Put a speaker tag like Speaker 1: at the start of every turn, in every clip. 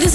Speaker 1: this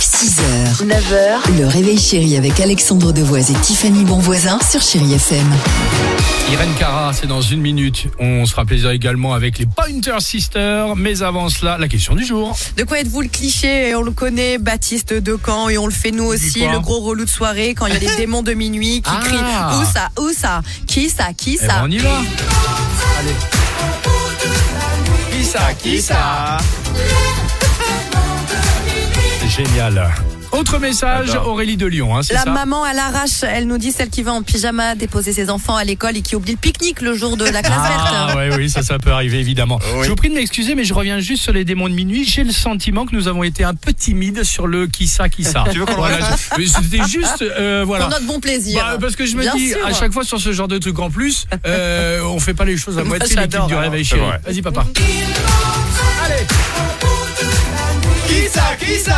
Speaker 2: 6h, 9h, le réveil chéri avec Alexandre Devoise et Tiffany Bonvoisin sur Chérie FM.
Speaker 3: Irène Cara, c'est dans une minute. On se fera plaisir également avec les Pointer Sisters. Mais avant cela, la question du jour.
Speaker 4: De quoi êtes-vous le cliché Et On le connaît, Baptiste de Caen, et on le fait nous aussi,
Speaker 3: quoi
Speaker 4: le gros relou de soirée, quand il y a des démons de minuit qui
Speaker 3: Ah.
Speaker 4: crient Où ça Où ça Qui ça Qui
Speaker 3: Eh
Speaker 4: ça
Speaker 3: ben, on y va. Allez. Qui ça Qui ça Génial. Autre message, Aurélie de Lyon, hein, c'est
Speaker 4: La
Speaker 3: ça
Speaker 4: maman à l'arrache, elle nous dit celle qui va en pyjama déposer ses enfants à l'école et qui oublie le pique-nique le jour de la classe
Speaker 3: Ah
Speaker 4: verte.
Speaker 3: ouais, oui, ça, ça peut arriver évidemment. Je vous prie de m'excuser, mais je reviens juste sur les démons de minuit. J'ai le sentiment que nous avons été un peu timides sur le qui ça, qui ça. tu veux qu'on C'était juste, euh, voilà.
Speaker 4: Pour notre bon plaisir.
Speaker 3: Bah, parce que je me
Speaker 4: Bien
Speaker 3: dis,
Speaker 4: sûr.
Speaker 3: à chaque fois sur ce genre de truc en plus, euh, on fait pas les choses à
Speaker 4: Moi,
Speaker 3: moitié l'équipe
Speaker 4: j'adore,
Speaker 3: du
Speaker 4: alors.
Speaker 3: réveil chéri.
Speaker 5: vrai.
Speaker 3: Vas-y papa. Allez
Speaker 5: Qui ça Qui ça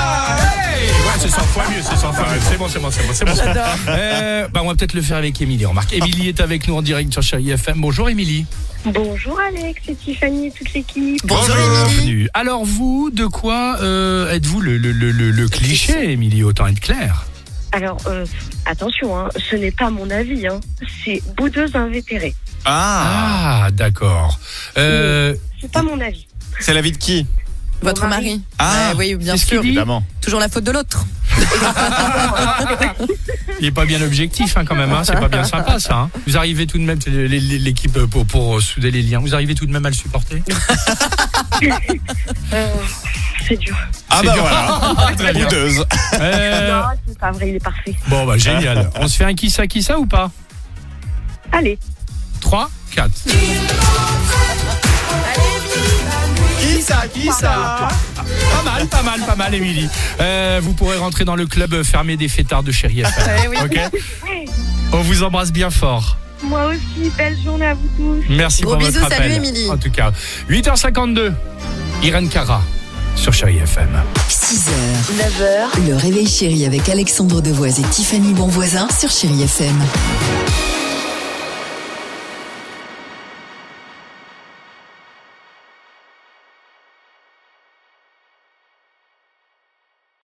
Speaker 3: Ouais, c'est 100 fois mieux, c'est 100 fois mieux. C'est bon, c'est bon, c'est bon, c'est bon. Euh, bah, on va peut-être le faire avec Émilie, remarque. Émilie est avec nous en direct sur Chéri FM. Bonjour Émilie.
Speaker 6: Bonjour Alex, c'est Tiffany et toute l'équipe.
Speaker 4: Bonjour Émilie.
Speaker 3: Bienvenue. Alors vous, de quoi euh, êtes-vous le, le- le- le- le cliché, Émilie Autant être clair.
Speaker 6: Alors, euh, attention, hein, ce n'est pas mon avis, hein, c'est boudeuse invétérée.
Speaker 5: Ah,
Speaker 3: Ah, d'accord. Euh,
Speaker 6: C'est pas mon avis.
Speaker 5: c'est la vie de qui
Speaker 4: Votre mari.
Speaker 5: Ah.
Speaker 4: Ouais, oui, bien
Speaker 3: qu'est-ce
Speaker 4: sûr.
Speaker 3: qu'il dit
Speaker 5: Évidemment.
Speaker 4: Toujours la faute de l'autre.
Speaker 3: Il est pas bien objectif hein, quand même, hein. c'est pas bien sympa ça. hein. Vous arrivez tout de même, c'est l'é- l'é- l'équipe euh, pour, pour euh, souder les liens, vous arrivez tout de même à le supporter
Speaker 6: Euh, c'est dur.
Speaker 5: Ah
Speaker 3: C'est
Speaker 5: bah
Speaker 3: dur.
Speaker 5: voilà. Très
Speaker 3: bien.
Speaker 5: boudeuse.
Speaker 3: Euh,
Speaker 6: Non, c'est pas vrai, il est parfait.
Speaker 3: Bon bah génial. On se fait un qui ça qui ça ou pas
Speaker 6: Allez,
Speaker 3: 3, 4.
Speaker 5: Qui ça Qui ça
Speaker 3: Pas mal, pas mal, pas mal Émilie. Euh, vous pourrez rentrer dans le club fermé des fêtards de chérie
Speaker 4: Eh
Speaker 3: FM. Ok On vous embrasse bien fort.
Speaker 6: moi aussi, belle journée à vous tous.
Speaker 3: Merci
Speaker 4: Gros
Speaker 3: pour
Speaker 4: bisous,
Speaker 3: votre
Speaker 4: salut,
Speaker 3: appel.
Speaker 4: Émilie.
Speaker 3: En tout cas, 8h52, Irène Cara sur chérie FM.
Speaker 2: 6h, 9h, le réveil chéri avec Alexandre Devoise et Tiffany Bonvoisin sur Chérie FM.